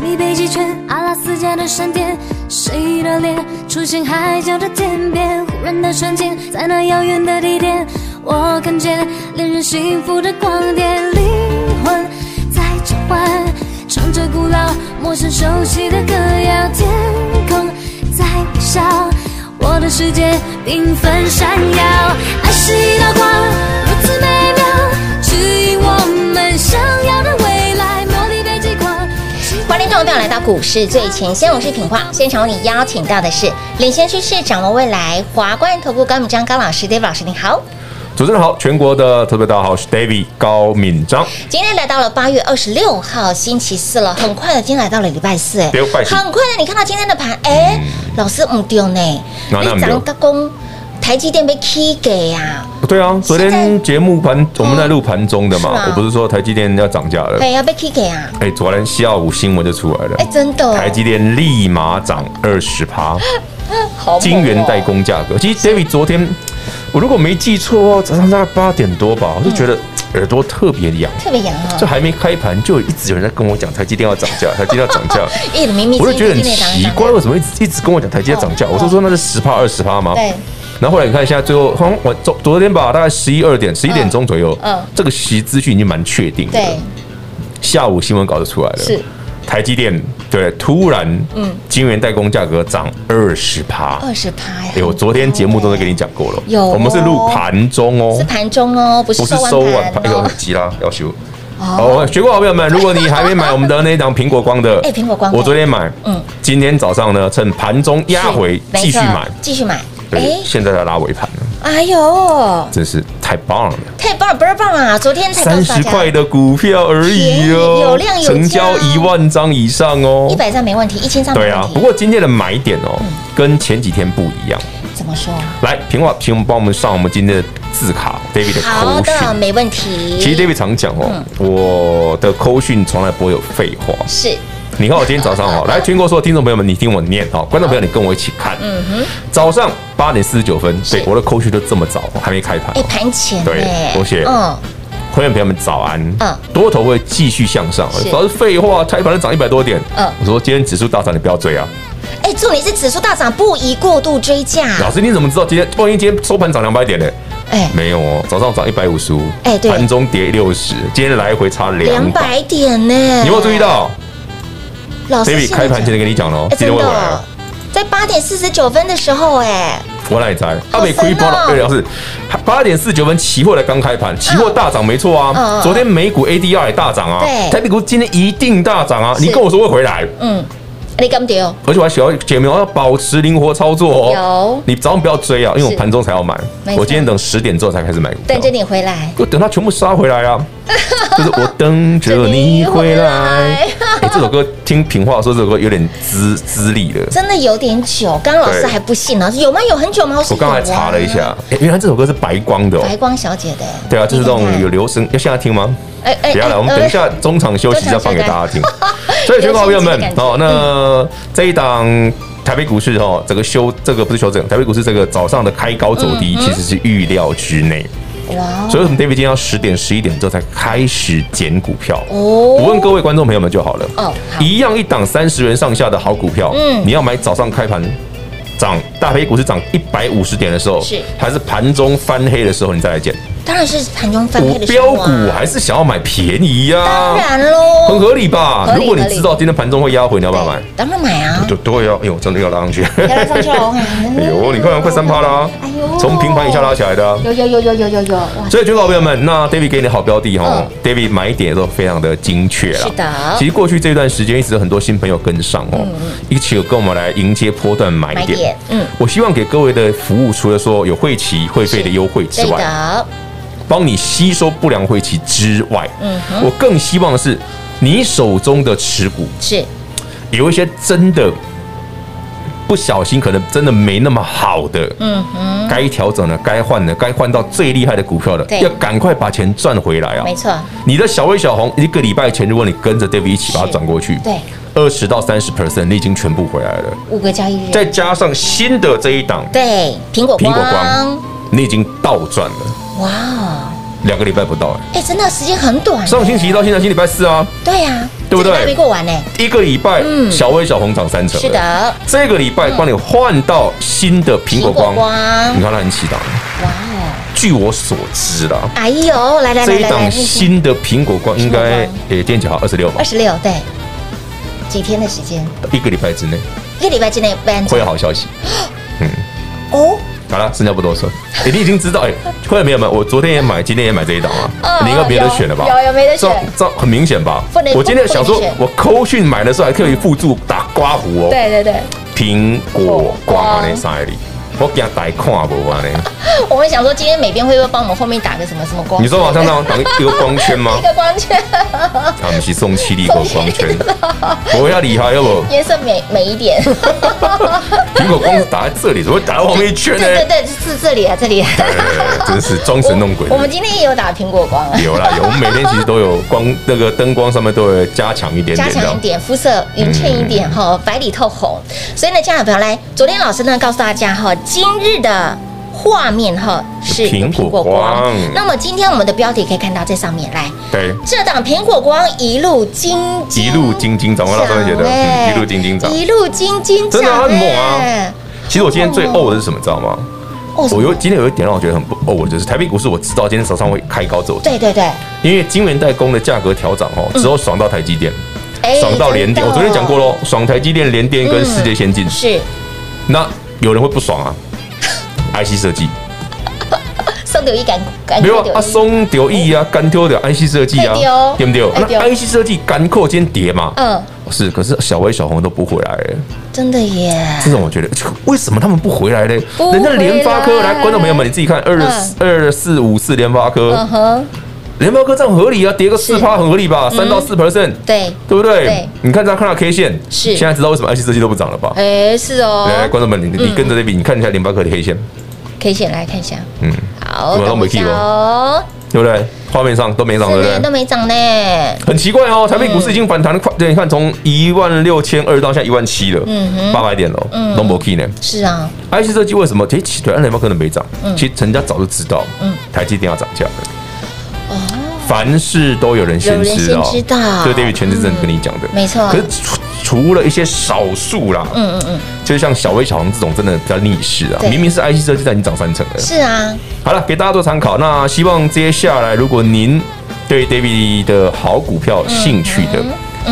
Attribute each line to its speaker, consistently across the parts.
Speaker 1: 你北极圈，阿拉斯加的山巅，谁的脸出现海角的天边？忽然的瞬间，在那遥远的地点，我看见恋人幸福的光点，灵魂在召唤，唱着古老、陌生、熟悉的歌谣，天空在微笑，我的世界缤纷闪耀，爱是一道光，如此美妙，指引我们想要的未来，茉莉北极光。
Speaker 2: 欢迎各位朋友来到股市最前线，我是品化。现场为你邀请到的是领先趋势、掌握未来华冠投顾高敏章高老师，David 老师，你好。
Speaker 3: 主持人好，全国的特别大家好，我是 David 高敏章。
Speaker 2: 今天来到了八月二十六号星期四了，很快的，今天来到了礼拜四，哎
Speaker 3: 对拜，四
Speaker 2: 很快的，你看到今天的盘，哎，老师唔对呢，嗯
Speaker 3: 哪那不对
Speaker 2: 咱个工台积电被 K 给呀，
Speaker 3: 对啊，昨
Speaker 2: 现
Speaker 3: 天节目盘我们在录盘中的嘛，
Speaker 2: 是啊
Speaker 3: 我不是说台积电要涨价了？
Speaker 2: 对，要被 K 给啊，
Speaker 3: 哎，昨天下午新闻就出来了
Speaker 2: 哎，，真的，
Speaker 3: 台积电立马涨二十趴，
Speaker 2: 好猛哦
Speaker 3: 晶圆代，工价格。其实 David 昨天我如果没记错，哦早上大概八点多吧，我就觉得耳朵特别痒。
Speaker 2: 特别洋
Speaker 3: 就
Speaker 2: 啊，
Speaker 3: 还没开盘，就一直有人在跟我讲台积电要涨价，台积电要涨价，
Speaker 2: 一明明
Speaker 3: 我就觉得很奇怪，为什么一直一直跟我讲台积电涨价？
Speaker 2: 哦
Speaker 3: 我就说那是十趴二十趴吗？
Speaker 2: 对。
Speaker 3: 然后后来你看一下，最后好像我昨昨天吧，大概十一二点、十一点钟左右，
Speaker 2: 嗯
Speaker 3: 这个习资讯已经蛮确定的。
Speaker 2: 对，
Speaker 3: 下午新闻稿就出来了，
Speaker 2: 是
Speaker 3: 台积电对突然，嗯，晶圆代工价格涨二十趴。
Speaker 2: 二十趴呀
Speaker 3: 哎，，我昨天节目中都跟你讲过了，
Speaker 2: 有哦
Speaker 3: 我们是录盘中哦
Speaker 2: 是，盘中哦，不是
Speaker 3: 不是
Speaker 2: 收
Speaker 3: 收
Speaker 2: 完
Speaker 3: 完盘，
Speaker 2: 盘
Speaker 3: 哎呦
Speaker 2: 哦，。
Speaker 3: 急啦，要修。哦，学过好朋友们，如果你还没买我们的那一档苹果光的，
Speaker 2: 哎苹果光
Speaker 3: 我昨天买，
Speaker 2: 嗯
Speaker 3: 嗯，今天早上呢，趁盘中压回
Speaker 2: 是
Speaker 3: 继续，
Speaker 2: 没
Speaker 3: 买
Speaker 2: 错，哎继续买。
Speaker 3: 对，现在在拉尾盘了，
Speaker 2: 哎，哎呦，
Speaker 3: 真是太棒了。
Speaker 2: 太棒了，倍儿棒啊！昨天才告
Speaker 3: 三
Speaker 2: 诉大
Speaker 3: 十
Speaker 2: 家，
Speaker 3: 块的股票而已
Speaker 2: 便
Speaker 3: 哦，
Speaker 2: 宜有量有价
Speaker 3: 成交一万张以上哦
Speaker 2: 一。百张没问题，一千张没
Speaker 3: 对
Speaker 2: 问
Speaker 3: 啊
Speaker 2: 题。，嗯
Speaker 3: 不过今天的买点哦，跟前几天不一样。
Speaker 2: 怎么说？
Speaker 3: 来，平话，请帮我们上我们今天的字卡，David 的
Speaker 2: 好
Speaker 3: 口
Speaker 2: 的，嗯
Speaker 3: 讯。
Speaker 2: 没问题。
Speaker 3: 其实 David 常讲哦，我的口讯从来不会有废话。
Speaker 2: 是
Speaker 3: 你看我今天早上
Speaker 2: 嗯
Speaker 3: 哦，来全国所有听众朋友们，你听我念哦，观众朋友你跟我一起看。嗯哼，早上八点四十九分，对，我的口讯都这么早，还没开盘哦
Speaker 2: 哎，。盘前
Speaker 3: 对
Speaker 2: 哎
Speaker 3: 我写
Speaker 2: 嗯，
Speaker 3: 朋友朋友们早安。
Speaker 2: 嗯
Speaker 3: 多头会继续向上
Speaker 2: 是。
Speaker 3: 主要是废话，开盘就涨一百多点。
Speaker 2: 嗯
Speaker 3: 我说今天指数大涨，你不要追啊。
Speaker 2: 哎，重点是指数大涨，不宜过度追价。
Speaker 3: 老师你怎么知道今天？万一今天收盘涨两百点呢？
Speaker 2: 哎，
Speaker 3: 没有哦，早上涨一百五十五，
Speaker 2: 哎对
Speaker 3: 盘中跌六十，今天来回差两
Speaker 2: 两
Speaker 3: 百。
Speaker 2: 百点呢？哦
Speaker 3: 你有没有注意？到
Speaker 2: 老师
Speaker 3: ？David
Speaker 2: 现在
Speaker 3: 开盘前就跟你讲了哦，
Speaker 2: 哎
Speaker 3: 今
Speaker 2: 真
Speaker 3: 天会回来
Speaker 2: 的
Speaker 3: 啊，
Speaker 2: 在八点四十九分的时候，哎，
Speaker 3: 我哪里在？
Speaker 2: 好
Speaker 3: 阿美亏
Speaker 2: 神
Speaker 3: 爆
Speaker 2: 哦
Speaker 3: 了。对，老师，八点四九分期货才刚开盘，期货大涨没错
Speaker 2: 嗯
Speaker 3: 啊
Speaker 2: 嗯。
Speaker 3: 昨天美股 ADR 也大涨啊
Speaker 2: 对，
Speaker 3: 台北股今天一定大涨啊。
Speaker 2: 是
Speaker 3: 你跟我说会回来，
Speaker 2: 嗯，你敢丢？
Speaker 3: 而且我还学到解密，我要保持灵活操作
Speaker 2: 有
Speaker 3: 哦。你早上不要追啊，因为
Speaker 2: 是
Speaker 3: 我盘中才要买
Speaker 2: 没，错
Speaker 3: 我今天等十点之后才开始买股票
Speaker 2: 等着。你回来。
Speaker 3: 我等它全部杀回来 啊！就是我等着你回来。哎，这首歌听平话说这首歌有点资资历了。
Speaker 2: 真的有点久，刚刚老师
Speaker 3: 对
Speaker 2: 还不信呢，有吗？有很久吗？说
Speaker 3: 我刚才
Speaker 2: 有啊
Speaker 3: 查了一下，哎，原来这首歌是白光的哦。
Speaker 2: 白光小姐的，
Speaker 3: 对啊，就是这种
Speaker 2: 你看看
Speaker 3: 有，留声，要现在听吗？
Speaker 2: 哎哎
Speaker 3: 不要了，我们等一，下中场休息再放给大家听。 所以，全国好朋友们
Speaker 2: 有心机的感，觉
Speaker 3: 哦，那这一档台北股市哦，这个修这个不是修正，台北股市这个早上的开高走低，其实是预料之内。
Speaker 2: 呃哇嗯哦
Speaker 3: 所以，我们 David 今天要十点、十一点之后才开始捡股票。
Speaker 2: 哦
Speaker 3: 我问各位观众朋友们就好了。
Speaker 2: 哦好
Speaker 3: 一样一档三十元上下的好股票，
Speaker 2: 嗯
Speaker 3: 你要买早上开盘涨大黑股市涨一百五十点的时候，
Speaker 2: 是
Speaker 3: 还是盘中翻黑的时候你再来捡？
Speaker 2: 当然是盘中翻
Speaker 3: 我
Speaker 2: 倍的时
Speaker 3: 标
Speaker 2: 候
Speaker 3: 股
Speaker 2: 啊，
Speaker 3: 还是想要买便宜呀、
Speaker 2: 当然喽，
Speaker 3: 很合理吧
Speaker 2: 合？理
Speaker 3: 如果你
Speaker 2: 合理
Speaker 3: 知道今天盘中会压回，你要不要买
Speaker 2: 对？，当然买啊，
Speaker 3: 就都要，哎呦，真的要拉 上去。
Speaker 2: 要哦来上去了，我看，
Speaker 3: 哎呦，你看快三趴了啊
Speaker 2: 哎呦，
Speaker 3: 从平盘以下拉起来的啊。
Speaker 2: 嗯有有有有有有有，哇，
Speaker 3: 所以，全国好朋友们，那 David 给你的好标的哦、d a v i d 买点都非常的精确啦。
Speaker 2: 嗯是的嗯
Speaker 3: 其实过去这段时间一直有很多新朋友跟上哦，一起有跟我们来迎接波段买
Speaker 2: 买
Speaker 3: 点。
Speaker 2: 点，嗯，
Speaker 3: 我希望给各位的服务，除了说有会期会费的优惠之
Speaker 2: 对
Speaker 3: 外，
Speaker 2: 的，
Speaker 3: 帮你吸收不良会期之外，
Speaker 2: 嗯哼
Speaker 3: 我更希望的是你手中的持股
Speaker 2: 是
Speaker 3: 有一些真的不小心，可能真的没那么好的，嗯哼，该调整的、该换的、该换到最厉害的股票的
Speaker 2: 对，
Speaker 3: 要赶快把钱赚回来啊！
Speaker 2: 没错，
Speaker 3: 你的小微小红一个礼拜前，如果你跟着 David 一起把它
Speaker 2: 是
Speaker 3: 转过去，
Speaker 2: 对，
Speaker 3: 二十到三十 percent，你已经全部回来了。
Speaker 2: 五个交易日，
Speaker 3: 再加上新的这一档
Speaker 2: 对，苹果
Speaker 3: 苹
Speaker 2: 光，
Speaker 3: 果光，你已经倒赚了
Speaker 2: 哇哦，
Speaker 3: 两个礼拜不到、哎
Speaker 2: 哎，真的时间很短，
Speaker 3: 上星期一到现在，今礼拜四啊，
Speaker 2: 对呀，
Speaker 3: 对不
Speaker 2: 这
Speaker 3: 对
Speaker 2: 个还没过完呢，
Speaker 3: 一个礼拜，
Speaker 2: 嗯
Speaker 3: 小微小红涨三成，
Speaker 2: 是的，
Speaker 3: 这个礼拜帮你换到新的苹果光，
Speaker 2: 苹果光
Speaker 3: 你看它很起档。
Speaker 2: 哇哦，
Speaker 3: 据我所知啦，
Speaker 2: 哎呦，来来来
Speaker 3: 这一
Speaker 2: 来来，
Speaker 3: 档新的苹果光应该也垫脚好二十六吧
Speaker 2: 二，十六，对，几天的时间，
Speaker 3: 一个礼拜之内
Speaker 2: 一个礼拜之内不然
Speaker 3: 会有好消息。
Speaker 2: 哦，
Speaker 3: 好了，剩下不多说，哎你已经知道哎，会没有没有？我昨天也买，今天也买这一档啊，
Speaker 2: 嗯
Speaker 3: 你应该没得选了吧？
Speaker 2: 有有有没得选
Speaker 3: 这样这样很明显吧
Speaker 2: 不能？
Speaker 3: 我今天想说
Speaker 2: 不能选，
Speaker 3: 我扣讯买的时候还可以附注打刮胡哦，
Speaker 2: 对对哦对，
Speaker 3: 苹果
Speaker 2: 光
Speaker 3: 刮那三里，我给他打看不完呢。
Speaker 2: 我们想说今天美编会不会帮我们后面打个什么什么光？
Speaker 3: 你说往上当当一个光圈吗
Speaker 2: 一？个光圈，
Speaker 3: 他们是送气力狗光圈，我要厉 害，要不
Speaker 2: 颜色美美一点。
Speaker 3: 苹果光是打在这里，怎么会打到后面一圈呢？
Speaker 2: 对对对，是这里啊，这里啊。
Speaker 3: 哎真是装神弄鬼
Speaker 2: 我。们今天也有打苹果光啊，
Speaker 3: 有啦有，我们每天其实都有光那个灯光上面都有加强一点
Speaker 2: 加
Speaker 3: 点
Speaker 2: 强一
Speaker 3: 的。嗯
Speaker 2: 点，肤色匀称一点哈，白里透红。所以呢，家长朋友来，昨天老师呢告诉大家哈，今日的。画面哈是有
Speaker 3: 苹果光
Speaker 2: 那么今天我们的标题可以看到这上面来，
Speaker 3: 对，
Speaker 2: 这档苹果光一路金金
Speaker 3: 一路金金涨，我老师写的，
Speaker 2: 涨哎
Speaker 3: 嗯一路金金涨。
Speaker 2: 一路金金涨
Speaker 3: 真的啊很猛啊
Speaker 2: 哎
Speaker 3: 其实我今天最呕的是什么，知道吗？
Speaker 2: 哦，
Speaker 3: 我有今天有一点让我觉得很不呕的，就是台北股市我知道今天早上会开高走低，
Speaker 2: 对嗯对对，
Speaker 3: 因为晶圆代工的价格调涨哦，之后爽到台积电，
Speaker 2: 哎
Speaker 3: 爽到联电。我昨天讲过
Speaker 2: 了，
Speaker 3: 喽，爽台积电、联
Speaker 2: 嗯
Speaker 3: 电跟世界先进。
Speaker 2: 哦是
Speaker 3: 那有人会 不爽啊？IC 设计
Speaker 2: 送掉一杆，感
Speaker 3: 没有啊
Speaker 2: 丢
Speaker 3: 啊，松丢意
Speaker 2: 嗯
Speaker 3: 啊，干丢的 IC 设计啊
Speaker 2: 对哦，
Speaker 3: 对不对？
Speaker 2: 对哦
Speaker 3: 那 IC 设计干扣间跌嘛，
Speaker 2: 嗯，
Speaker 3: 是，可是小微小红都不回来欸，
Speaker 2: 真的耶，
Speaker 3: 这种我觉得为什么他们不回来呢？
Speaker 2: 不
Speaker 3: 人家联发科
Speaker 2: 回来
Speaker 3: 来，观众朋友们你自己看，二二四五四联发科
Speaker 2: 嗯，哼，
Speaker 3: 联发科这样合理啊，跌个四趴很合理吧，三到四 percent，
Speaker 2: 对，
Speaker 3: 对不对
Speaker 2: 嗯对？
Speaker 3: 你看这样看到 K 线，
Speaker 2: 是
Speaker 3: 现在知道为什么 IC 设计都不涨了吧？
Speaker 2: 哎，是哦
Speaker 3: 来，来，观众们，你你跟着这比，你看一下联发科的 K 线，
Speaker 2: 可以先来看一下，
Speaker 3: 嗯，
Speaker 2: 好，
Speaker 3: 有没有
Speaker 2: 等我一下
Speaker 3: 没记
Speaker 2: 哦，
Speaker 3: 对不对？画面上都没涨，对
Speaker 2: 四
Speaker 3: 不
Speaker 2: 年
Speaker 3: 对
Speaker 2: 都？没涨呢，
Speaker 3: 很奇怪哦，台北股市已经反弹了快，对，你看从一万六千二到现在一万七了，
Speaker 2: 嗯哼
Speaker 3: 八百点喽，嗯 n u m b e key 呢
Speaker 2: 是啊，
Speaker 3: ？IC 设计为什么？其实对，安联发可能没涨，其实人家早就知道，
Speaker 2: 嗯
Speaker 3: 台积电要涨价了。凡事都有人先知
Speaker 2: 哦有人
Speaker 3: 道，
Speaker 2: 先知道嗯
Speaker 3: 对，David 全志正跟你讲的，
Speaker 2: 没错
Speaker 3: 可是除除了一些少数啦，
Speaker 2: 嗯嗯嗯，
Speaker 3: 就是像小微小红这种真的比较逆势啊，
Speaker 2: 对
Speaker 3: 明明是 IC 设计，但已经涨三成了。
Speaker 2: 是啊，
Speaker 3: 好了，给大家做参考。那希望接下来，如果您对 David 的好股票有兴趣的、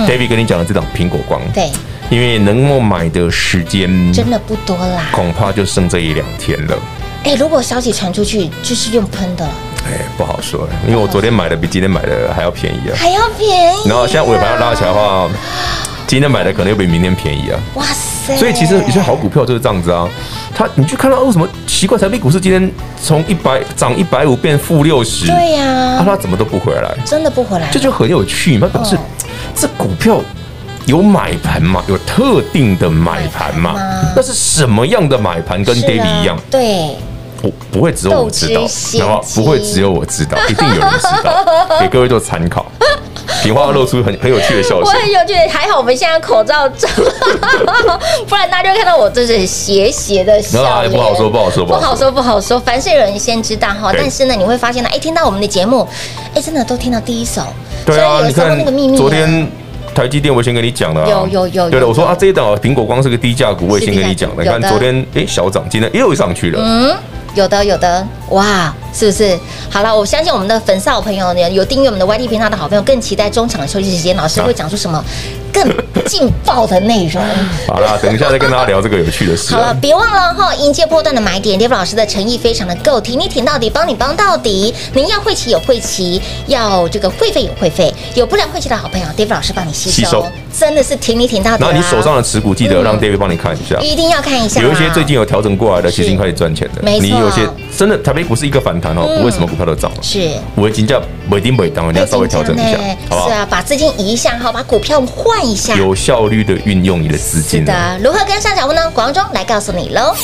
Speaker 3: d a v i d 跟你讲的这档苹果光，
Speaker 2: 嗯对，
Speaker 3: 因为能够买的时间
Speaker 2: 真的不多啦，
Speaker 3: 恐怕就剩这一两天了。
Speaker 2: 哎，如果消息传出去，就是用喷的了，
Speaker 3: 哎，不好说，因为我昨天买的比今天买的还要便宜啊。
Speaker 2: 还要便宜啊，
Speaker 3: 然后现在尾盘要拉起来的话，今天买的可能又比明天便宜啊。
Speaker 2: 哇塞，
Speaker 3: 所以其实有些好股票就是这样子啊，它你去看到为哦什么奇怪，台北股市今天从一百涨一百五变负六十，
Speaker 2: 对
Speaker 3: 啊，
Speaker 2: 呀，
Speaker 3: 它怎么都不回来？
Speaker 2: 真的不回来
Speaker 3: 这，就很有趣
Speaker 2: 哦
Speaker 3: 嘛，表示这股票有买盘嘛，有特定的买盘嘛
Speaker 2: 买盘嘛，
Speaker 3: 那是什么样的买盘？跟
Speaker 2: 是啊
Speaker 3: Daily 一样，
Speaker 2: 对，
Speaker 3: 不不会只有我知道
Speaker 2: 斗之心，机
Speaker 3: 好不好？不会只有我知道，一定有人知 道，给各位做参考。平花露出很很有趣的笑
Speaker 2: 我
Speaker 3: 声，
Speaker 2: 很有趣，还好我们现在口罩 罩，不然大家就看到我这是斜斜的笑脸。
Speaker 3: 那哎不好说，不好说，
Speaker 2: 不好。说，不好说，凡事有人先知道哈。
Speaker 3: 对
Speaker 2: 但是呢，你会发现呢，哎，听到我们的节目，哎，真的都听到第一手，
Speaker 3: 对啊，
Speaker 2: 虽然
Speaker 3: 你
Speaker 2: 有时候
Speaker 3: 看
Speaker 2: 那个秘密啊，
Speaker 3: 昨天台积电我也先跟你讲了啊，
Speaker 2: 有有有有
Speaker 3: 对的，我说
Speaker 2: 有
Speaker 3: 啊，这一档苹果光是个低价股，我也
Speaker 2: 是
Speaker 3: 先跟
Speaker 2: 低
Speaker 3: 你
Speaker 2: 价
Speaker 3: 讲
Speaker 2: 股
Speaker 3: 了。你
Speaker 2: 有
Speaker 3: 看
Speaker 2: 的
Speaker 3: 昨天哎小涨，今天又上去了，
Speaker 2: 嗯，有的有的，哇，是不是？好了，我相信我们的粉丝好朋友呢，有订阅我们的 YT 频道的好朋友，更期待中场的休息时间，老师会讲出什么更劲爆的内 容。
Speaker 3: 好啦，等一下再跟大家聊这个有趣的事
Speaker 2: 好
Speaker 3: 啊。
Speaker 2: 了，别忘了哈，迎接波段的买点，Dave 老师的诚意非常的够，挺你挺到底，帮你帮到底。您要会齐有会齐，要这个会费有会费，有不良会齐的好朋友，Dave 老师帮你吸收，
Speaker 3: 吸收
Speaker 2: 真的是挺你挺到底、啊。
Speaker 3: 然后你手上的持股，记得
Speaker 2: 嗯
Speaker 3: 让 David 帮你看一下。
Speaker 2: 一定要看一下啦，啊
Speaker 3: 有一些最近有调整过来的，
Speaker 2: 是
Speaker 3: 其实已经开始赚钱的。
Speaker 2: 没错
Speaker 3: 你有些真的台北股市一个反弹哦，
Speaker 2: 嗯
Speaker 3: 不会什么股票都涨了。
Speaker 2: 是。
Speaker 3: 我已经叫稳定北当，你要稍微调整一下
Speaker 2: 会紧张呢，
Speaker 3: 好不
Speaker 2: 是
Speaker 3: 好？
Speaker 2: 啊，把资金移一下，好，把股票换一啊下。
Speaker 3: 有效率的运用你的资
Speaker 2: 是啊
Speaker 3: 金。啊
Speaker 2: 的，如何跟上脚步呢？广中来告诉你喽。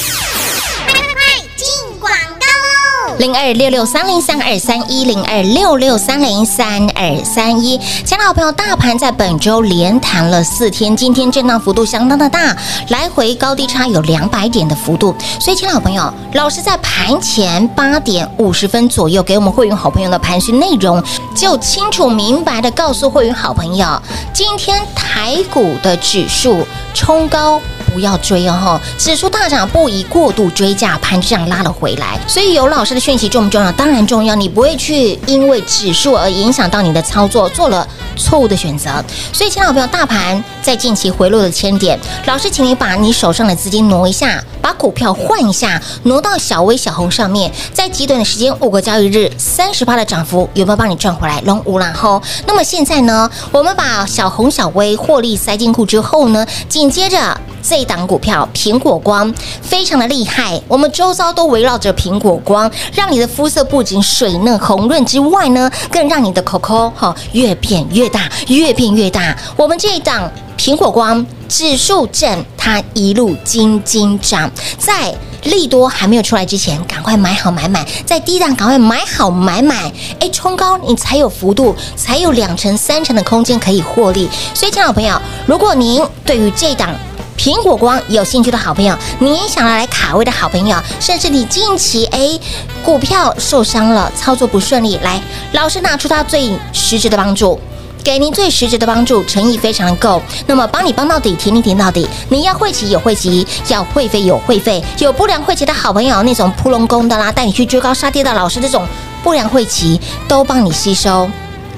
Speaker 2: 零二六六三零三二三一零二六六三零三二三一，亲爱的好朋友，大盘在本周连弹了四天，今天震荡幅度相当的大，来回高低差有两百点的幅度，所以亲爱的好朋友，老师在盘前八点五十分左右给我们会员好朋友的盘讯内容，就清楚明白的告诉会员好朋友，今天台股的指数冲高。不要追哦，哈！指数大涨不宜过度追价，盘这样拉了回来。所以有老师的讯息重不重要？当然重要，你不会去因为指数而影响到你的操作，做了错误的选择。所以，亲爱的朋友，大盘在近期回落的千点，老师，请你把你手上的资金挪一下，把股票换一下，挪到小微小红上面，在极短的时间，五个交易日三十趴的涨幅，有没有帮你赚回来？龙五然后，那么现在呢，我们把小红小微获利塞进库之后呢，紧接着。这一档股票苹果光非常的厉害，我们周遭都围绕着苹果光，让你的肤色不仅水嫩红润之外呢，更让你的口口哈越变越大，越变越大。我们这一档苹果光指数证，它一路金金涨，在。利多还没有出来之前，赶快买好买满，在低档赶快买好买满，哎，冲高你才有幅度，才有两成三成的空间可以获利。所以，亲爱的朋友，如果您对于这档苹果光有兴趣的好朋友，你也想要来卡位的好朋友，甚至你近期哎股票受伤了，操作不顺利，来老师拿出他最实质的帮助。给您最实质的帮助，诚意非常够。那么帮你帮到底，停你停到底。你要会齐有会齐，要会费有会费。有不良会齐的好朋友，那种扑龙宫的啦，带你去追高杀跌的老师，这种不良会齐都帮你吸收。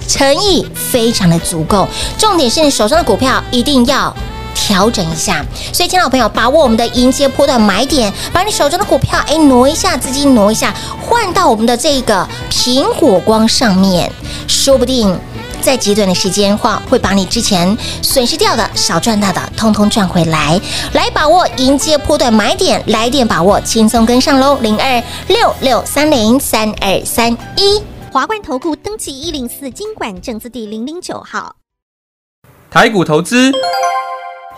Speaker 2: 诚意非常的足够。重点是你手上的股票一定要。调整一下，所以，亲爱的朋友，把握我们的迎接波段买点，把你手中的股票，哎，挪一下，资金挪一下，换到我们的这个苹果光上面，说不定在极短的时间话，会把你之前损失掉的、少赚到的，通通赚回来。来把握迎接波段买点，来电把握，轻松跟上喽，零二六六三零三二三一。
Speaker 4: 华冠投顾登记一零四经管证字第零零九号。
Speaker 5: 台股投资，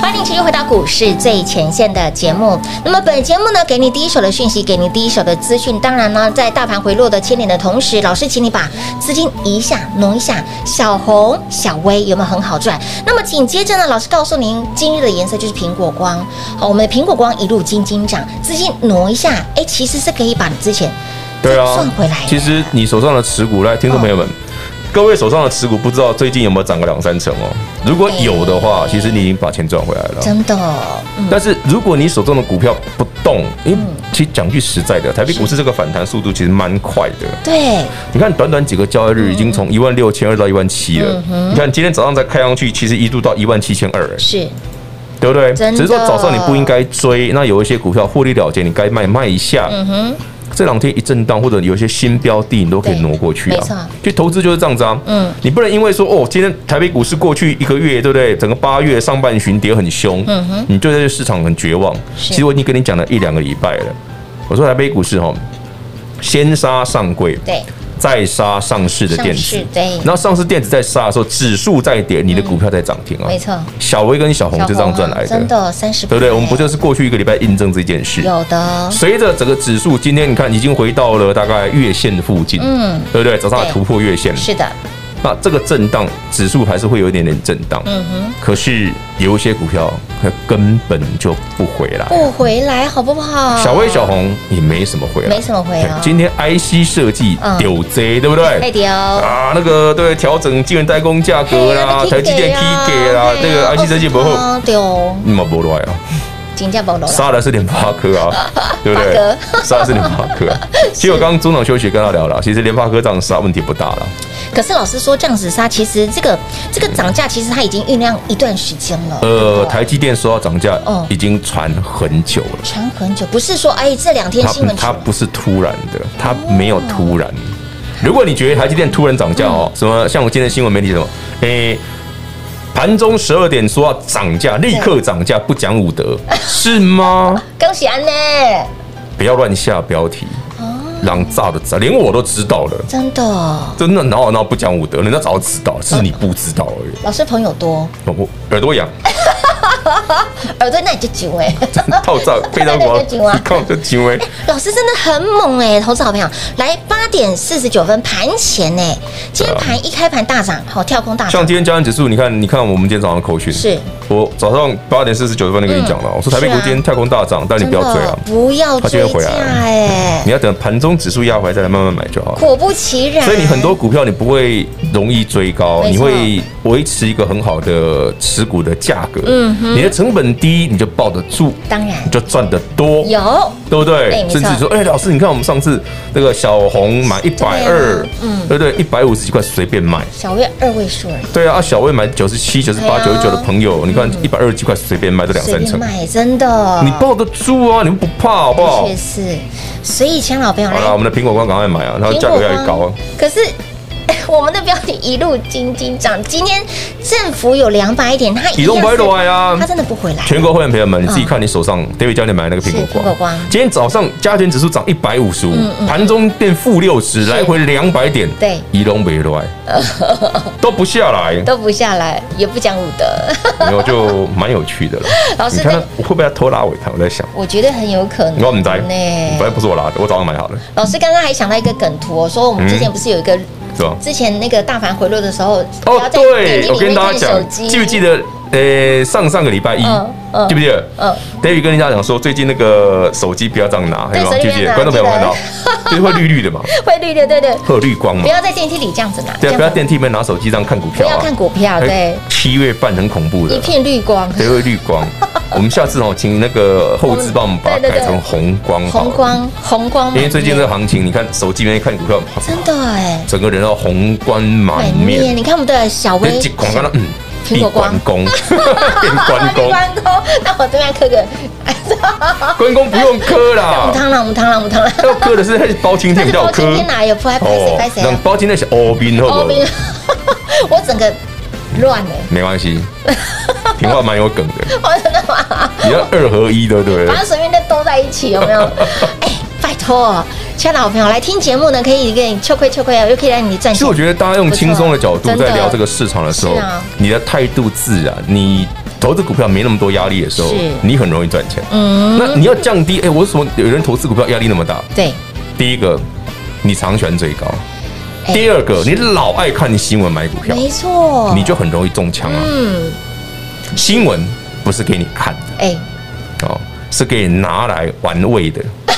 Speaker 2: 欢迎持续回到股市最前线的节目。那么本节目呢，给你第一手的讯息，给你第一手的资讯。当然呢，在大盘回落的牵连的同时，老师请你把资金移一下挪一下，小红、小微有没有很好赚？那么紧接着呢，老师告诉您，今日的颜色就是苹果光。好，我们的苹果光一路金金涨，资金挪一下，哎，其实是可以把你之前
Speaker 3: 对啊
Speaker 2: 赚回来，的嗯
Speaker 3: 其实你手上的持股，来，听众朋友们，各位手上的持股，不知道最近有没有涨个两三成哦？如果有的话，其实你已经把钱赚回来了。
Speaker 2: 真的，嗯，
Speaker 3: 但是如果你手中的股票不动，因为其实讲句实在的，台北股市这个反弹速度其实蛮快的。
Speaker 2: 对，
Speaker 3: 你看短短几个交易日，已经
Speaker 2: 嗯
Speaker 3: 从一万六千二到一万七了。你看今天早上再开上去，其实一度到一万七千二，哎
Speaker 2: 是
Speaker 3: 对不对？
Speaker 2: 真的
Speaker 3: 只是说早上你不应该追，那有一些股票获利了结，你该卖卖一下。
Speaker 2: 嗯
Speaker 3: 这两天一震荡，或者有一些新标的，你都可以
Speaker 2: 对
Speaker 3: 挪过去
Speaker 2: 没错
Speaker 3: 啊。就投资就是这样子啊。
Speaker 2: 嗯
Speaker 3: 你不能因为说哦，今天台北股市过去一个月，对不对？整个八月上半旬跌很凶，
Speaker 2: 嗯
Speaker 3: 你对这个市场很绝望。其实我已经跟你讲了一两个礼拜了，我说台北股市哈，先杀上柜，
Speaker 2: 对，
Speaker 3: 再杀上市的电
Speaker 2: 上
Speaker 3: 子
Speaker 2: 市，对
Speaker 3: 然后上市电子在杀的时候，指数在跌，你的股票在涨停啊，
Speaker 2: 没错，
Speaker 3: 小微跟小红就这样赚来
Speaker 2: 小红啊真
Speaker 3: 的，
Speaker 2: 的三十，
Speaker 3: 对不对？我们不就是过去一个礼拜印证这件事？
Speaker 2: 有的，
Speaker 3: 随着整个指数，今天你看已经回到了大概月线附近，
Speaker 2: 嗯，
Speaker 3: 对不对？早上还
Speaker 2: 对
Speaker 3: 突破月线，
Speaker 2: 是的，
Speaker 3: 那这个震荡指数还是会有一点点震荡，
Speaker 2: 嗯哼，
Speaker 3: 可是有一些股票它根本就不回来，
Speaker 2: 不回来好不好？
Speaker 3: 小微小红也没什么回来，
Speaker 2: 没什么回来
Speaker 3: 对今天 IC 设计
Speaker 2: 嗯
Speaker 3: 有 Z，对不对？
Speaker 2: 哎丢，
Speaker 3: 啊，那个对调整晶圆代工价格
Speaker 2: 哎
Speaker 3: 啦，台积电
Speaker 2: 啊
Speaker 3: K 给啦，那个 IC 设计不好，
Speaker 2: 丢，
Speaker 3: 你嘛不来啊，
Speaker 2: 金价暴落了，
Speaker 3: 杀的是联发科啊， 对不对
Speaker 2: 发？
Speaker 3: 杀 的是联发科啊。其实我刚刚中场休息跟他聊了，其实联发科这样杀问题不大了，
Speaker 2: 可是老师说这样子杀，其实这个这个涨价其实它已经酝酿一段时间了，
Speaker 3: 呃，台积电说要涨价
Speaker 2: 哦
Speaker 3: 已经传很久了，
Speaker 2: 传很久，不是说哎这两天
Speaker 3: 它
Speaker 2: 新闻出
Speaker 3: 它不是突然的，它没有突然。如果你觉得台积电突然涨价
Speaker 2: 嗯
Speaker 3: 哦，什么像我今天新闻媒体什么，诶，盘中十二点说要涨价，立刻涨价，不讲武 德，是吗？
Speaker 2: 恭喜安呢，
Speaker 3: 不要乱下标题，
Speaker 2: 哦
Speaker 3: 让炸的炸，连我都知道了。
Speaker 2: 真的，
Speaker 3: 真的，然后然后不讲武德，人家早就知道，是你不知道而已。
Speaker 2: 老师朋友多，
Speaker 3: 我耳朵痒，
Speaker 2: 耳朵那你就久哎。
Speaker 3: 套炸非
Speaker 2: 那
Speaker 3: 常光，
Speaker 2: 你就紧啊
Speaker 3: 一看就轻微。
Speaker 2: 老师真的很猛哎、投资好朋友，来八点四十九分盘前哎、今天盘一开盘大涨，好跳空大涨
Speaker 3: 像，今天加权指数，你看，你看我们今天早上的口讯，
Speaker 2: 是
Speaker 3: 我早上八点四十九分就跟你讲了，我说台北股
Speaker 2: 是啊
Speaker 3: 今天跳空大涨，但你
Speaker 2: 真
Speaker 3: 不要追
Speaker 2: 的
Speaker 3: 啊，
Speaker 2: 不要
Speaker 3: 它今
Speaker 2: 追
Speaker 3: 天回
Speaker 2: 价欸
Speaker 3: 来了
Speaker 2: 哎、
Speaker 3: 你要等盘中指数压回来再来慢慢买就好了。
Speaker 2: 果不其然，
Speaker 3: 所以你很多股票你不会容易追高，
Speaker 2: 没错
Speaker 3: 你会维持一个很好的持股的价格，
Speaker 2: 嗯
Speaker 3: 你的成本低，你就抱得住，
Speaker 2: 当然
Speaker 3: 你就赚得多，
Speaker 2: 有
Speaker 3: 对不
Speaker 2: 对
Speaker 3: 对？
Speaker 2: 没错
Speaker 3: 甚至说，哎，老师，你看我们上次那个小红买一百二
Speaker 2: 对啊，嗯
Speaker 3: 对不对？一百五十几块随便买。
Speaker 2: 小月二位数而已，
Speaker 3: 对啊，啊小薇买九十七、九十八、九
Speaker 2: 对
Speaker 3: 十
Speaker 2: 啊
Speaker 3: 九的朋友，你看一百二十几块随便买这两
Speaker 2: 随
Speaker 3: 三
Speaker 2: 便
Speaker 3: 成，
Speaker 2: 卖真的，
Speaker 3: 你抱得住啊，你们不怕好不好
Speaker 2: 确？实，所以亲爱的老朋友
Speaker 3: 好了，我
Speaker 2: 来，
Speaker 3: 们的苹果光赶快买啊，它
Speaker 2: 苹
Speaker 3: 价
Speaker 2: 果
Speaker 3: 格越来越高啊
Speaker 2: 光。可是。 我们的标题一路金金涨，今天振幅有两百点，它一
Speaker 3: 移动
Speaker 2: 样
Speaker 3: 不
Speaker 2: 是
Speaker 3: 落来啊
Speaker 2: 它真的不回来，
Speaker 3: 全国会员朋友们，你自己看你手上 David 教练买的那个苹果
Speaker 2: 嗯是苹
Speaker 3: 光，
Speaker 2: 果光
Speaker 3: 今天早上加权指数涨一百五十五，盘中变负六十，来回两百点，
Speaker 2: 对
Speaker 3: 移动没 来，都不下来，
Speaker 2: 都不下来，也不讲武德。
Speaker 3: 然后就蛮有趣的了。
Speaker 2: 老师
Speaker 3: 你看
Speaker 2: 这
Speaker 3: 他我会不会要偷拉尾盘？我在想，
Speaker 2: 我觉得很有可能。
Speaker 3: 我不知道，
Speaker 2: 嗯呢
Speaker 3: 反正不是我拉的，我早上买好的，
Speaker 2: 老师刚刚还想到一个梗图、哦，说我们之前不是有一个，
Speaker 3: 是吧？
Speaker 2: 之前那个大盘回落的时候，不
Speaker 3: 哦
Speaker 2: 要，在眼
Speaker 3: 对，
Speaker 2: 睛
Speaker 3: 我
Speaker 2: 里面
Speaker 3: 跟大
Speaker 2: 看
Speaker 3: 家
Speaker 2: 手
Speaker 3: 讲，
Speaker 2: 机，
Speaker 3: 记不记？得？呃，上上个礼拜一
Speaker 2: 嗯嗯，
Speaker 3: 记不记得？
Speaker 2: 嗯
Speaker 3: ，David 跟人家讲说，最近那个手机不要这样拿，
Speaker 2: 对
Speaker 3: 有没
Speaker 2: 手机
Speaker 3: 有记
Speaker 2: 不
Speaker 3: 不记
Speaker 2: 要拿
Speaker 3: 得？观众朋友有没有
Speaker 2: 记
Speaker 3: 看到， 就是会绿绿的嘛，
Speaker 2: 会绿的，对对，
Speaker 3: 会有绿光嘛
Speaker 2: 不。要在电梯里这样子拿，
Speaker 3: 对
Speaker 2: 这
Speaker 3: 啊，
Speaker 2: 样子
Speaker 3: 不要电梯里面拿手机这样看股
Speaker 2: 不
Speaker 3: 票啊。
Speaker 2: 要看股票，对
Speaker 3: 哎，七月半很恐怖
Speaker 2: 一
Speaker 3: 的，
Speaker 2: 片绿光，
Speaker 3: 对，会绿 光。我们下次哦，请那个后置帮我们把
Speaker 2: 对
Speaker 3: 它
Speaker 2: 对对
Speaker 3: 改成红光，
Speaker 2: 红。光红光满
Speaker 3: 因
Speaker 2: 面，
Speaker 3: 为最近这个行情，你看手机里面看股票，
Speaker 2: 真的哎，
Speaker 3: 整个人要红光满
Speaker 2: 满面，
Speaker 3: 面。
Speaker 2: 你看我们的小
Speaker 3: 跟
Speaker 2: 薇
Speaker 3: 一看到嗯，
Speaker 2: 苹果光
Speaker 3: 一关公， 变关公，
Speaker 2: 关公，那我对面磕个，
Speaker 3: 关公不用 磕啦
Speaker 2: 母，汤啦母汤啦母汤啦，
Speaker 3: 要磕的是那是包青
Speaker 2: 但
Speaker 3: 天，
Speaker 2: 是
Speaker 3: 叫
Speaker 2: 包
Speaker 3: 我磕
Speaker 2: 青。天哪，有拍拍谁拍谁
Speaker 3: 那
Speaker 2: 啊？
Speaker 3: 哦包青天是欧宾，好
Speaker 2: 哦，
Speaker 3: 不
Speaker 2: 没
Speaker 3: 好
Speaker 2: 有？ 我整个乱 哎。
Speaker 3: 没关系，平话蛮有梗的，
Speaker 2: 我真 的吗？
Speaker 3: 你要二合一的，对不对
Speaker 2: 反？正随便就都在一起，有 没有？哎、拜托，亲爱的好朋友，来听节目呢，可以给你秋亏秋亏啊，又可以让你赚
Speaker 3: 其实
Speaker 2: 钱
Speaker 3: 我。觉得大家用轻松的角度
Speaker 2: 不错
Speaker 3: 在聊这个市场的时候
Speaker 2: 真的是啊，
Speaker 3: 你的态度自然，你投资股票没那么多压力的时候
Speaker 2: 是，
Speaker 3: 你很容易赚钱。
Speaker 2: 嗯，
Speaker 3: 那你要降低，哎，为什么有人投资股票压力那么大？
Speaker 2: 对，
Speaker 3: 第一个，你长权最高；
Speaker 2: 哎
Speaker 3: 第二个，你老爱看新闻买股票，
Speaker 2: 没错，
Speaker 3: 你就很容易中枪啊。
Speaker 2: 嗯，
Speaker 3: 新闻不是给你看
Speaker 2: 哎，
Speaker 3: 的哦，是给你拿来玩 味的。哎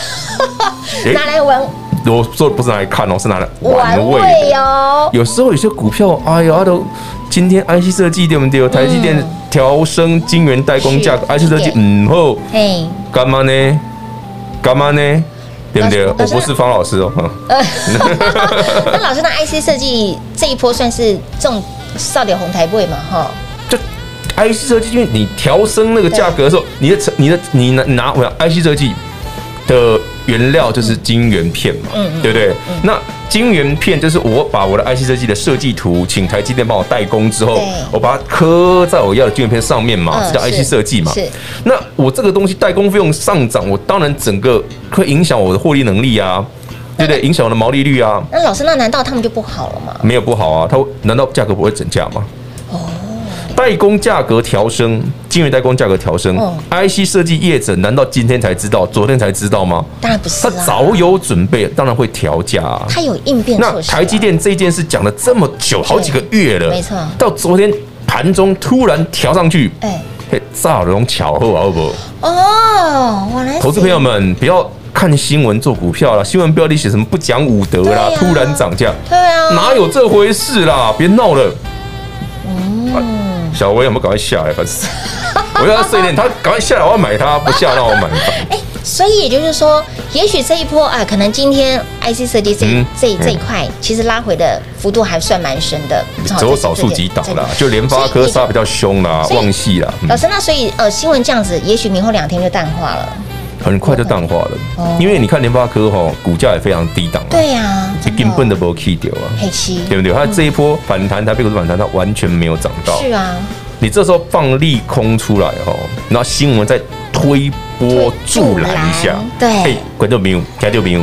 Speaker 2: 拿来玩
Speaker 3: 我说的不是拿来看哦，是拿来玩
Speaker 2: 玩
Speaker 3: 味
Speaker 2: 味
Speaker 3: 的。
Speaker 2: 哦，
Speaker 3: 有时候有些股票，哎呀，它都今天 IC 设计对不对？台积电调升晶圆代工价格
Speaker 2: 嗯是
Speaker 3: ，IC 设计
Speaker 2: 对
Speaker 3: 嗯后
Speaker 2: 哎，
Speaker 3: 干嘛呢？干嘛呢？对不对？
Speaker 2: 老
Speaker 3: 我
Speaker 2: 师老师
Speaker 3: 不是方老师哦，嗯
Speaker 2: 呃那老师，那 IC 设计这一波算是中少点红台位嘛？哈，
Speaker 3: 就 IC 设计，因为你调升那个价格的时候，你的成你的你拿拿我讲 IC 设计的原料就是晶圆片嘛，
Speaker 2: 嗯嗯
Speaker 3: 对不对？那晶圆片就是我把我的 IC 设计的设计图，请台积电帮我代工之后
Speaker 2: 对，
Speaker 3: 我把它刻在我要的晶圆片上面嘛，
Speaker 2: 嗯
Speaker 3: 这叫 IC
Speaker 2: 是
Speaker 3: 设计嘛。
Speaker 2: 是
Speaker 3: 那我这个东西代工费用上涨，我当然整个会影响我的获利能力啊，对不对？影响我的毛利率啊，
Speaker 2: 那老师，那难道他们就不好了吗？
Speaker 3: 没有不好啊，它会难道价格不会整价吗？代工价格调升，晶圆代工价格调升、
Speaker 2: 哦
Speaker 3: i c 设计业者难道今天才知道，昨天才知道吗？
Speaker 2: 当然不是啊
Speaker 3: 他
Speaker 2: 啦，
Speaker 3: 早有准备，当然会调价啊。
Speaker 2: 他有应变
Speaker 3: 那
Speaker 2: 措施啊。
Speaker 3: 台积电这件事讲了这么久，好几个月了，
Speaker 2: 没错
Speaker 3: 到昨天盘中突然调上去，
Speaker 2: 哎
Speaker 3: 嘿，造龙巧合啊，好不好？
Speaker 2: 哦，我来
Speaker 3: 投资朋友们不要看新闻做股票啦，新闻标题写什么不讲武德啦，
Speaker 2: 对啊
Speaker 3: 突然涨价，
Speaker 2: 对啊，
Speaker 3: 哪有这回事啦？别闹了。
Speaker 2: 哦
Speaker 3: 啊小薇有没有赶快下来？烦死！ 我要他碎念，他赶快下来，我要买它，不下让我买 它。
Speaker 2: 哎，所以也就是说，也许这一波啊，可能今天 IC 设计这一
Speaker 3: 嗯
Speaker 2: 这一
Speaker 3: 嗯
Speaker 2: 这一块，其实拉回的幅度还算蛮深的，哦好
Speaker 3: 只有少数几档啦，就联发科杀比。较凶啦，
Speaker 2: 所以
Speaker 3: 旺系啦，
Speaker 2: 这这这这这老师，那所以呃，新闻这样子，也许明后两天就淡化了。
Speaker 3: 嗯很快就淡化
Speaker 2: 哦
Speaker 3: 了。因为你看联发科哈，股价也非常低档啊，
Speaker 2: 对呀，真的
Speaker 3: 根本都不 key 掉啊，
Speaker 2: 黑漆
Speaker 3: 对不对？它这一波反弹，台北股市反弹，它完全没有涨到。
Speaker 2: 是啊，
Speaker 3: 你这时候放利空出来哦，然后新闻再推波助澜一下，
Speaker 2: 对
Speaker 3: 哎，观众朋友、听众朋友，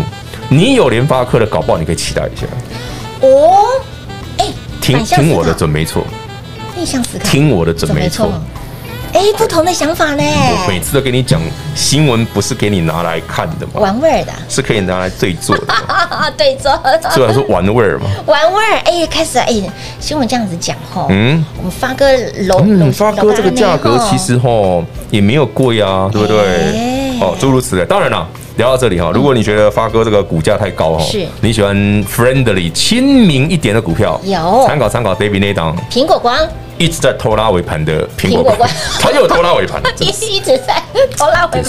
Speaker 3: 你有联发科的，搞不好你可以期待一下，
Speaker 2: 哦，
Speaker 3: 听
Speaker 2: 反向思考
Speaker 3: 听我的准没错，
Speaker 2: 逆向思考，
Speaker 3: 听我的准
Speaker 2: 准
Speaker 3: 没错。
Speaker 2: 吗。哎，不同的想法呢，
Speaker 3: 我每次都跟你讲，新闻不是给你拿来看的嘛，
Speaker 2: 玩味儿的
Speaker 3: 是可以拿来对做的嘛，
Speaker 2: 啊，对着
Speaker 3: 虽啊然说玩味儿嘛，
Speaker 2: 玩味儿。哎，开始哎，新闻这样子讲吼，
Speaker 3: 嗯。
Speaker 2: 我们发哥楼，
Speaker 3: 嗯，
Speaker 2: 楼
Speaker 3: 发哥这个价格
Speaker 2: 哦
Speaker 3: 其实吼也没有贵啊，对不对
Speaker 2: 哎？嗯
Speaker 3: 哦，诸如此类。当然啦，聊到这里哈，如果你觉得发哥这个股价太高哈，
Speaker 2: 是
Speaker 3: 你喜欢 friendly 亲民一点的股票，
Speaker 2: 有
Speaker 3: 参考参考 David 那档
Speaker 2: 苹果光
Speaker 3: 一直在偷拉尾盘的苹
Speaker 2: 苹
Speaker 3: 果
Speaker 2: 果
Speaker 3: 光
Speaker 2: 光，
Speaker 3: 它又偷拉尾 盘。真
Speaker 2: 一
Speaker 3: 的是
Speaker 2: 一直在头拉回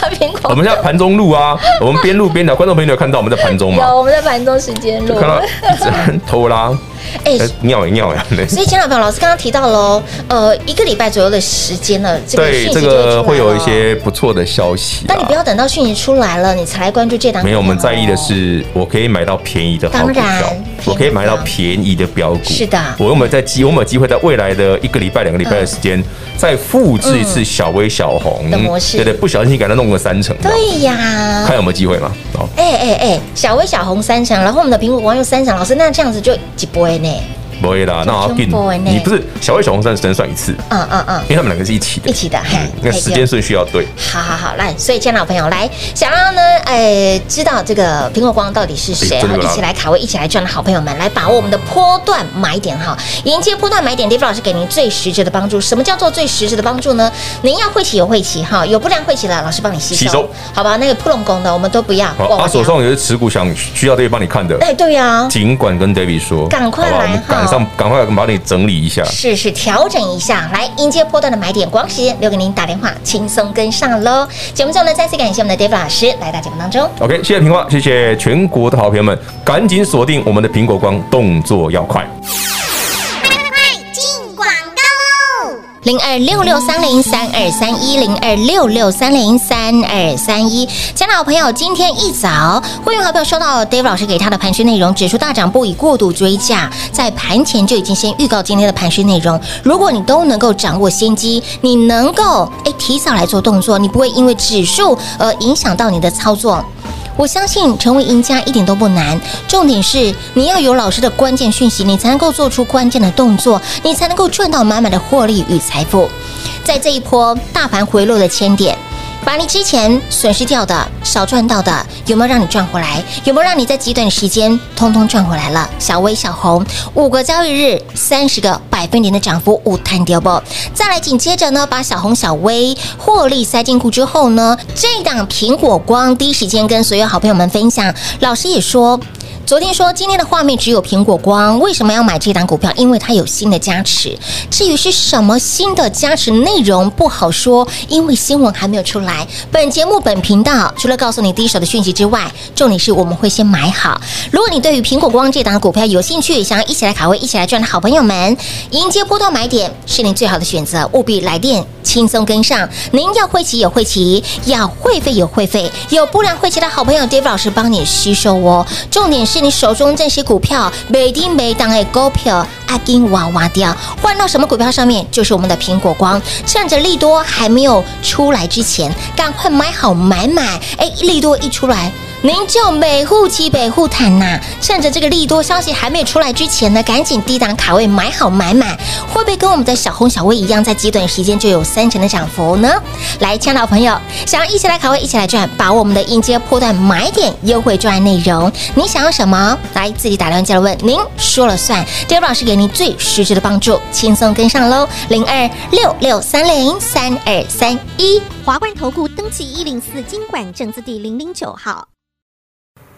Speaker 2: 大苹果，
Speaker 3: 我们现在盘中录啊，我们边录边聊，观众朋友有看到我们在盘中嘛？
Speaker 2: 有我们在盘中时间
Speaker 3: 就
Speaker 2: 录
Speaker 3: 看。到一直在偷拉，
Speaker 2: 哎，
Speaker 3: 哎尿也尿呀。
Speaker 2: 所以前两朋友老师刚刚提到喽，呃，一个礼拜左右的时间了，这个
Speaker 3: 对，
Speaker 2: 讯息
Speaker 3: 这
Speaker 2: 就出来
Speaker 3: 个
Speaker 2: 了
Speaker 3: 会有一。些不错的消息啊。
Speaker 2: 但你不要等到讯息出来了，你才来关注这档股票哦。
Speaker 3: 没有，我们在意的是，我可以买到便宜的好
Speaker 2: 当
Speaker 3: 股
Speaker 2: 然
Speaker 3: 票
Speaker 2: 便宜的，
Speaker 3: 我可以买到便宜的标股。
Speaker 2: 是的
Speaker 3: 我有没有在机？我有没有机会在未来的一个礼拜、两个礼拜的时间，再复制一次小微小红
Speaker 2: 嗯的模式
Speaker 3: 对对，不小心给它弄个三成，
Speaker 2: 对呀
Speaker 3: 看。有没有机会嘛？哦，
Speaker 2: 哎哎哎，小微小红三强，然后我们的苹果光又三强，老师那这样子就几波呢？
Speaker 3: 不会啦，那要
Speaker 2: 中国欸呢
Speaker 3: 你不是小微小红算只能算一次，
Speaker 2: 嗯嗯嗯，
Speaker 3: 因为他们两个是一起的
Speaker 2: 一，起的，嘿，
Speaker 3: 嗯那
Speaker 2: 嘿
Speaker 3: 时间顺序要对。
Speaker 2: 好好好，来，所以，亲爱的老朋友，来，想要呢，呃，知道这个苹果光到底是谁，
Speaker 3: 哎真
Speaker 2: 好，
Speaker 3: 的有
Speaker 2: 一
Speaker 3: 啦
Speaker 2: 起来卡位，一起来赚的好朋友们，来把握我们的波段买点哈，迎接波段买点，David 老师给您最实质的帮助。什么叫做最实质的帮助呢？您要晦气有晦气哈，有不良晦气了，老师帮你吸收，
Speaker 3: 吸收
Speaker 2: 好吧？那个扑龙宫的我们都不要，
Speaker 3: 好，
Speaker 2: 哇
Speaker 3: 啊，手上有些持股想需要对帮你看的，
Speaker 2: 哎，对呀、
Speaker 3: 尽管跟 David 说，
Speaker 2: 赶快
Speaker 3: 好不好
Speaker 2: 来
Speaker 3: 我们
Speaker 2: 哈
Speaker 3: 赶上，赶快把你整理一下。
Speaker 2: 是是，调整一下，来迎接波段的买点。广告时间留给您打电话，轻松跟上喽。节目最后呢，再次感谢我们的 David 老师来到节目当中。
Speaker 3: OK，谢谢平花，谢谢全国的好朋友们，赶紧锁定我们的苹果光，动作要快。
Speaker 2: 零二六六三零三二三一零二六六三零三二三一，亲爱的好朋友，今天一早，会员好朋友收到 Dave 老师给他的盘讯内容，指数大涨不以过度追价，在盘前就已经先预告今天的盘讯内容。如果你都能够掌握先机，你能够哎提早来做动作，你不会因为指数而影响到你的操作。我相信成为赢家一点都不难，重点是你要有老师的关键讯息，你才能够做出关键的动作，你才能够赚到满满的获利与财富。在这一波大盘回落的千点。把你之前损失掉的、少赚到的，有没有让你赚回来？有没有让你在极短时间通通赚回来了？小微、小红，五个交易日三十个百分点的涨幅，五探丢不？再来紧接着呢，把小红、小微获利塞进库之后呢，这档苹果光第一时间跟所有好朋友们分享，老师也说。昨天说今天的画面只有苹果光，为什么要买这档股票？因为它有新的加持。至于是什么新的加持内容不好说，因为新闻还没有出来。本节目本频道除了告诉你第一手的讯息之外，重点是我们会先买好。如果你对于苹果光这档股票有兴趣，想要一起来卡位、一起来赚的好朋友们，迎接波段买点是你最好的选择，务必来电轻松跟上。您要会骑有会骑，要会费有会费，有不良会骑的好朋友 Dave 老师帮你吸收哦。重点是你手中这些股票，每丁每档的股票，阿金哇哇掉，换到什么股票上面，就是我们的苹果光。趁着利多还没有出来之前，赶快买好买满。哎，利多一出来。您就每户起北户坦呐、趁着这个利多消息还没有出来之前呢，赶紧低档卡位买好买满，会不会跟我们的小红小薇一样，在极短时间就有三成的涨幅呢？来，亲爱的朋友，想要一起来卡位，一起来赚，把我们的应接破段买点优惠赚内容，你想要什么？来自己打电话进来问，您说了算。d a 老师给您最实质的帮助，轻松跟上喽，零二六六三零三二三一。
Speaker 4: 华冠投顾登记一零四经管证字第零零九号。